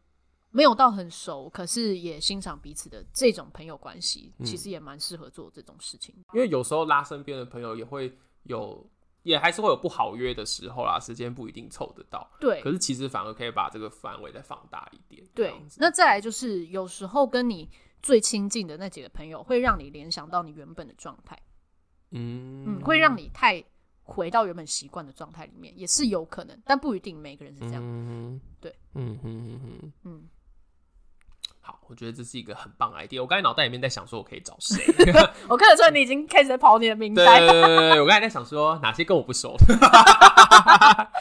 没有到很熟，可是也欣赏彼此的这种朋友关系，嗯其实也蛮适合做这种事情。因为有时候拉身边的朋友也会有，也还是会有不好约的时候啦，时间不一定凑得到。对可是其实反而可以把这个范围再放大一点。这对样，子那再来就是有时候跟你最亲近的那几个朋友，会让你联想到你原本的状态，嗯嗯，会让你太回到原本习惯的状态里面，也是有可能，但不一定每个人是这样。嗯，对，嗯嗯嗯嗯。嗯，好，我觉得这是一个很棒的 idea。我刚才脑袋里面在想说，我可以找谁？嗯我看得出来你已经开始在跑 你的名对单，对对对对，我刚才在想说哪些跟我不 熟的。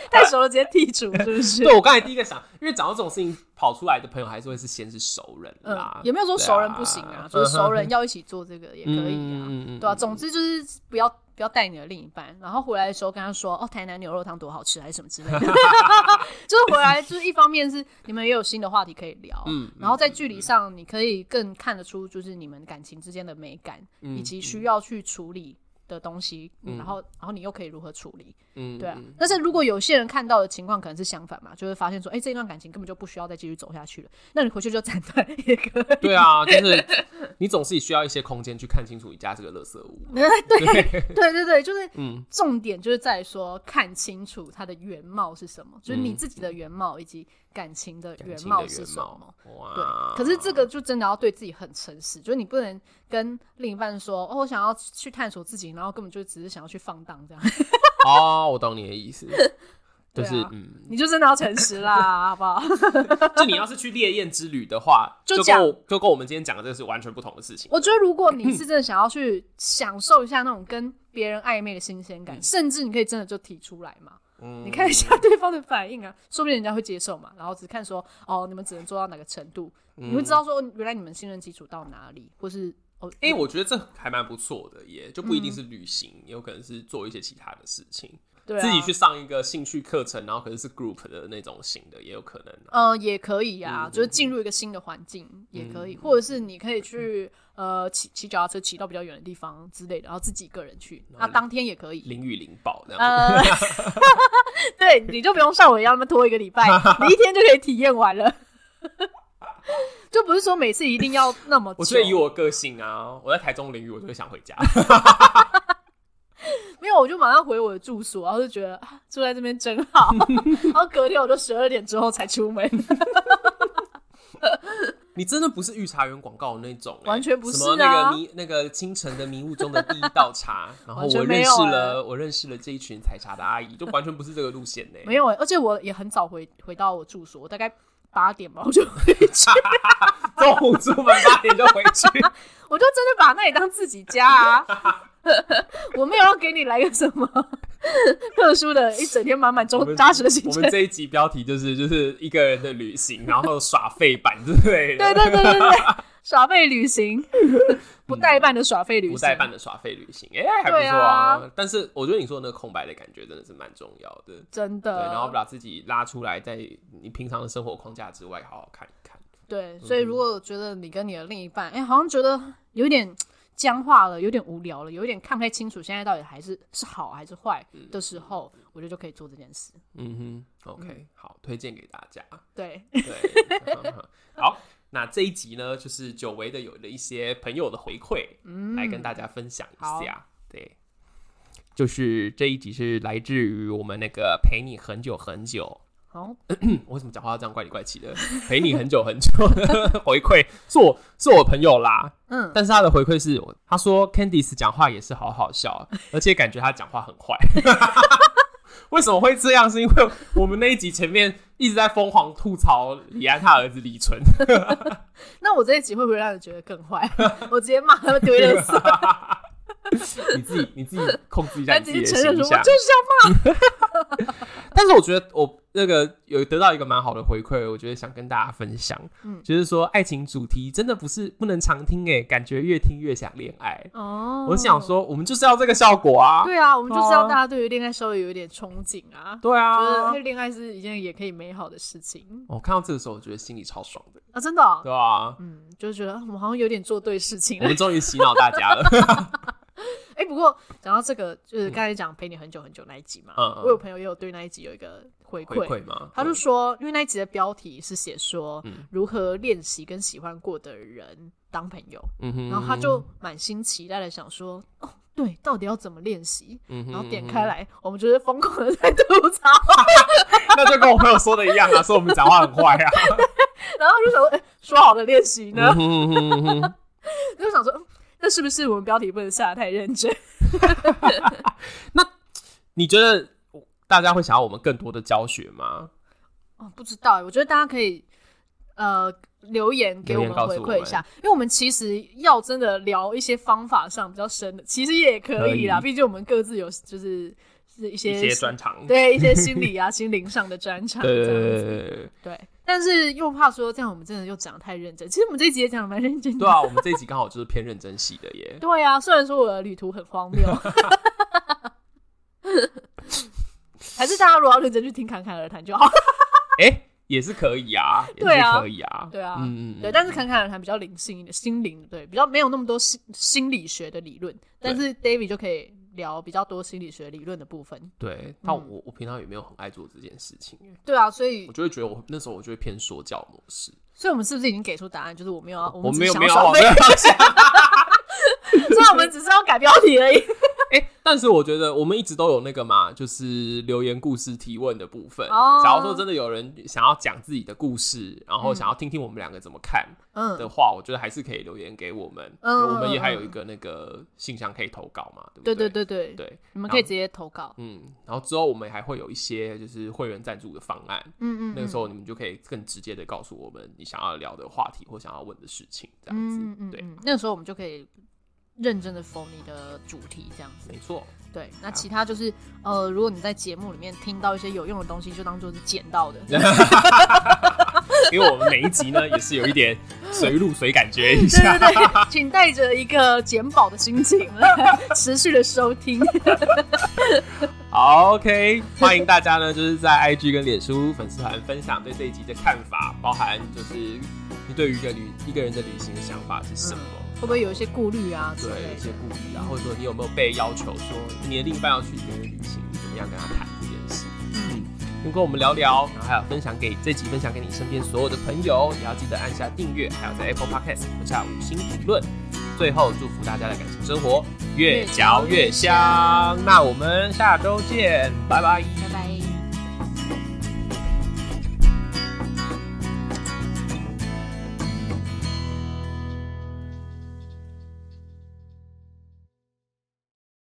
太熟了直接剔除是 不是？对我刚才第一个想，因为讲到这种事情跑出来的朋友，还是会是先是熟人啦嗯，，也没有说熟人不行对啊，啊就是 熟人要一起做这个也可以啊。嗯对啊，总之就是不要不要带你的另一半，然后回来的时候跟他说哦，台南牛肉汤多好吃，还是什么 之类的。 就是回来，就是一方面是你们也有新的话题可以聊，嗯然后在距离上你可以更看得出就是你们感情之间的美感，嗯以及需要去处理的东西，嗯然后然后你又可以如何处理，嗯对啊。但是如果有些人看到的情况可能是相反嘛，就会发现说，哎、这段感情根本就不需要再继续走下去了，那你回去就斩断 也可以。 对啊，就是你总是需要一些空间去看清楚你家这个垃圾 屋。对嗯对对，就是重点就是在于说看清楚它的原貌是什么，就是你自己的原貌以及嗯感情的原貌是什么。对哇，，可是这个就真的要对自己很诚实，就是你不能跟另一半说哦，我想要去探索自己，然后根本就只是想要去放荡这样， 哦，我懂你的意思，就是、对啊嗯，你就真的要诚实啦，好不好？就你要是去烈焰之旅的话， 就就讲跟我就跟我们今天讲的这个是完全不同的事情。我觉得如果你是真的想要去享受一下那种跟别人暧昧的新鲜嗯感，甚至你可以真的就提出来嘛。你看一下对方的反应啊，说不定人家会接受嘛。然后只看说哦，你们只能做到哪个程度，嗯你会知道说哦原来你们信任基础到哪里，或是哦，哎、嗯我觉得这还蛮不错的耶，就不一定是旅行，也有可能是做一些其他的事情。对啊自己去上一个兴趣课程，然后可是是 group 的那种型的也有可能啊、呃，也可以嗯啊，就是进入一个新的环境也可以，或者是你可以去呃骑骑脚踏车骑到比较远的地方之类的，然后自己一个人去，那当天也可以。淋雨淋爆这样子。呃， 对，你就不用像我一样那么拖一个礼拜，你一天就可以体验完了。 就不是说每次一定要那么久，我觉得以我个性啊，我在台中淋雨，我就会想回家。没有，我就马上回我的住所，然后就觉得啊住在这边真 好。然后隔天我就十二点之后才出门，你真的不是御茶园广告的那种、欸完全不是什么啊那个迷那个清晨的迷雾中的第一道茶，然后完我全没认有识欸了、我认识了这一群采茶的阿姨，就完全不是这个路线呢、没有、欸，而且我也很早回回到我住所，我大概八点吧，我就回去，中午出门八点就回去，我就真的把那里当自己家 啊。我没有要给你来个什么 特殊的，一整天满满我 中们扎实的行我程们。这一集标题就是就是一个人的旅行，然后耍废版之类的，对对对对 对，耍废旅行，不代办的耍废旅行，不代办的耍废旅行，哎、还不对错啊但是我觉得你说的那个空白的感觉真的是蛮重要的，真对，的。然后把自己拉出来，在你平常的生活框架之外，好好看一看。对，所以如果觉得你跟你的另一半，哎、好像觉得有点僵化了，有点无聊了，有点看不太清楚现在到底还是是好还是坏的时候，我觉得就可以做这件事。嗯哼，OK，好，推荐给大家。 对，对，好，那这一集呢，就是久违的有了一些朋友的回馈，来跟大家分享一下。对，就是这一集是来自于我们那个陪你很久很久，好，嗯我为什么讲话要这样怪里怪气的？ 陪你很久 很久的回馈，是我是我朋友啦，嗯，但是他的回馈是，他说 Candice 讲话也是好好 笑，啊而且感觉他讲话很坏。 为什么会这样？是因为我们那一集前面一直在疯狂吐槽李安他儿子李 纯，那我这一集会不会让你觉得更 坏？我直接骂他们丢垃圾，你自己你自己控制一下他你直自己接的承认形说我象就。是要但是我觉得我那个有得到一个蛮好的回馈，我觉得想跟大家分享，嗯就是说爱情主题真的不是不能常听诶，感觉越听越想恋爱。骂嗯哦我想。说，我们就是要这个效果啊，对啊，我们就是要哦大家对于恋爱稍微有一点憧憬啊，对觉啊哦得。恋爱是一件也可以美好的事情我看到这个时候，我觉得心里超爽的，啊，真的哦、对吧、 嗯，就是觉得啊我们好像有点做对事情我了。们终于洗脑大家了。 哎、不过讲到这个，就是刚才讲陪你很久很久那一集嘛，嗯嗯我有朋友也有对那一集有一个回回馈，馈嗯吗？他就说，因为那一集的标题是写说、嗯如何练习跟喜欢过的人当朋友，嗯哼然后他就满心期待的想说，哦，对，到底要怎么练习？嗯哼然后点开来，我们就是疯狂的在吐槽， 那就跟我朋友说的一样啊，说我们讲话很坏 啊。然后就想说，哎、说好的练习呢？嗯哼嗯哼嗯哼就想说，嗯那是不是我们标题不能下的太认真？你觉得大家会想要我们更多的教学吗？哦，不知道欸，我觉得大家可以呃留言给留我言们告回诉我馈一们下，因为我们其实要真的聊一些方法上比较深的，其实也可可以啦，以毕竟我们各自有就是是一一些些专长。对一些心理啊、 心灵上的专长对这对样对子，对对对。但是又怕说这样我们真的又讲得太认真，其实我们这一集也讲的蛮认真的。对啊！我们这一集刚好就是偏认真系的耶。对啊，虽然说我的旅途很荒谬， 还是大家如果要认真去听侃侃而谈就好。哎，也是可以啊，也啊对是啊可以啊。对啊，嗯嗯对，但是侃侃而谈比较灵性一点，心灵对比较没有那么多心心理学的理论，但是 David 就可以聊比较多心理学理论的部分。对。但我我平常也没有很爱做这件事情耶，对啊，所以我就会觉得我那时候我就会偏说教模式，所以我们是不是已经给出答案？就是我没有要，我我们只没有是想没要有耍往废这，个方向所以我们只是要改标题 而已。哎、但是我觉得我们一直都有那个嘛，就是留言故事提问的部分。哦假如说真的有人想要讲自己的故事，然后想要听听我们两个怎么看的嗯，话，我觉得还是可以留言给我们。嗯就我们也嗯还有一个那个信箱可以投稿嘛，对不对对对对对，对你们可以直接投稿。嗯，然后之后我们还会有一些就是会员赞助的方案，嗯嗯那个时候你们就可以更直接的告诉我们你想要聊的话题或想要问的事情，这样子。嗯嗯对，嗯，那个时候我们就可以认真的否你的主题这样子。没错。对，那其他就是呃，如果你在节目里面听到一些有用的东西，就当做是捡到的。因为我们每一集呢也是有一点随录随感觉一下。对对对， 请带 着一个捡宝的心情来持续的收听。好，OK，欢迎大家呢，就是在 IG 跟脸书粉丝团分享对这一集的看法，包含就是你对于一个旅一个人的旅行的想法是什么，会不会有一些顾虑啊之对类一的些？顾虑啊，或者说你有没有被要求说你的另一半要去一个人旅行，你怎么样跟他谈这件事？嗯，能跟我们聊聊，然后还有分享给这集分享给你身边所有的朋友，也要记得按下订阅，还有在 Apple Podcast 留下五星评论。最后祝福大家的感情生活越嚼越香，那我们下周见，拜拜。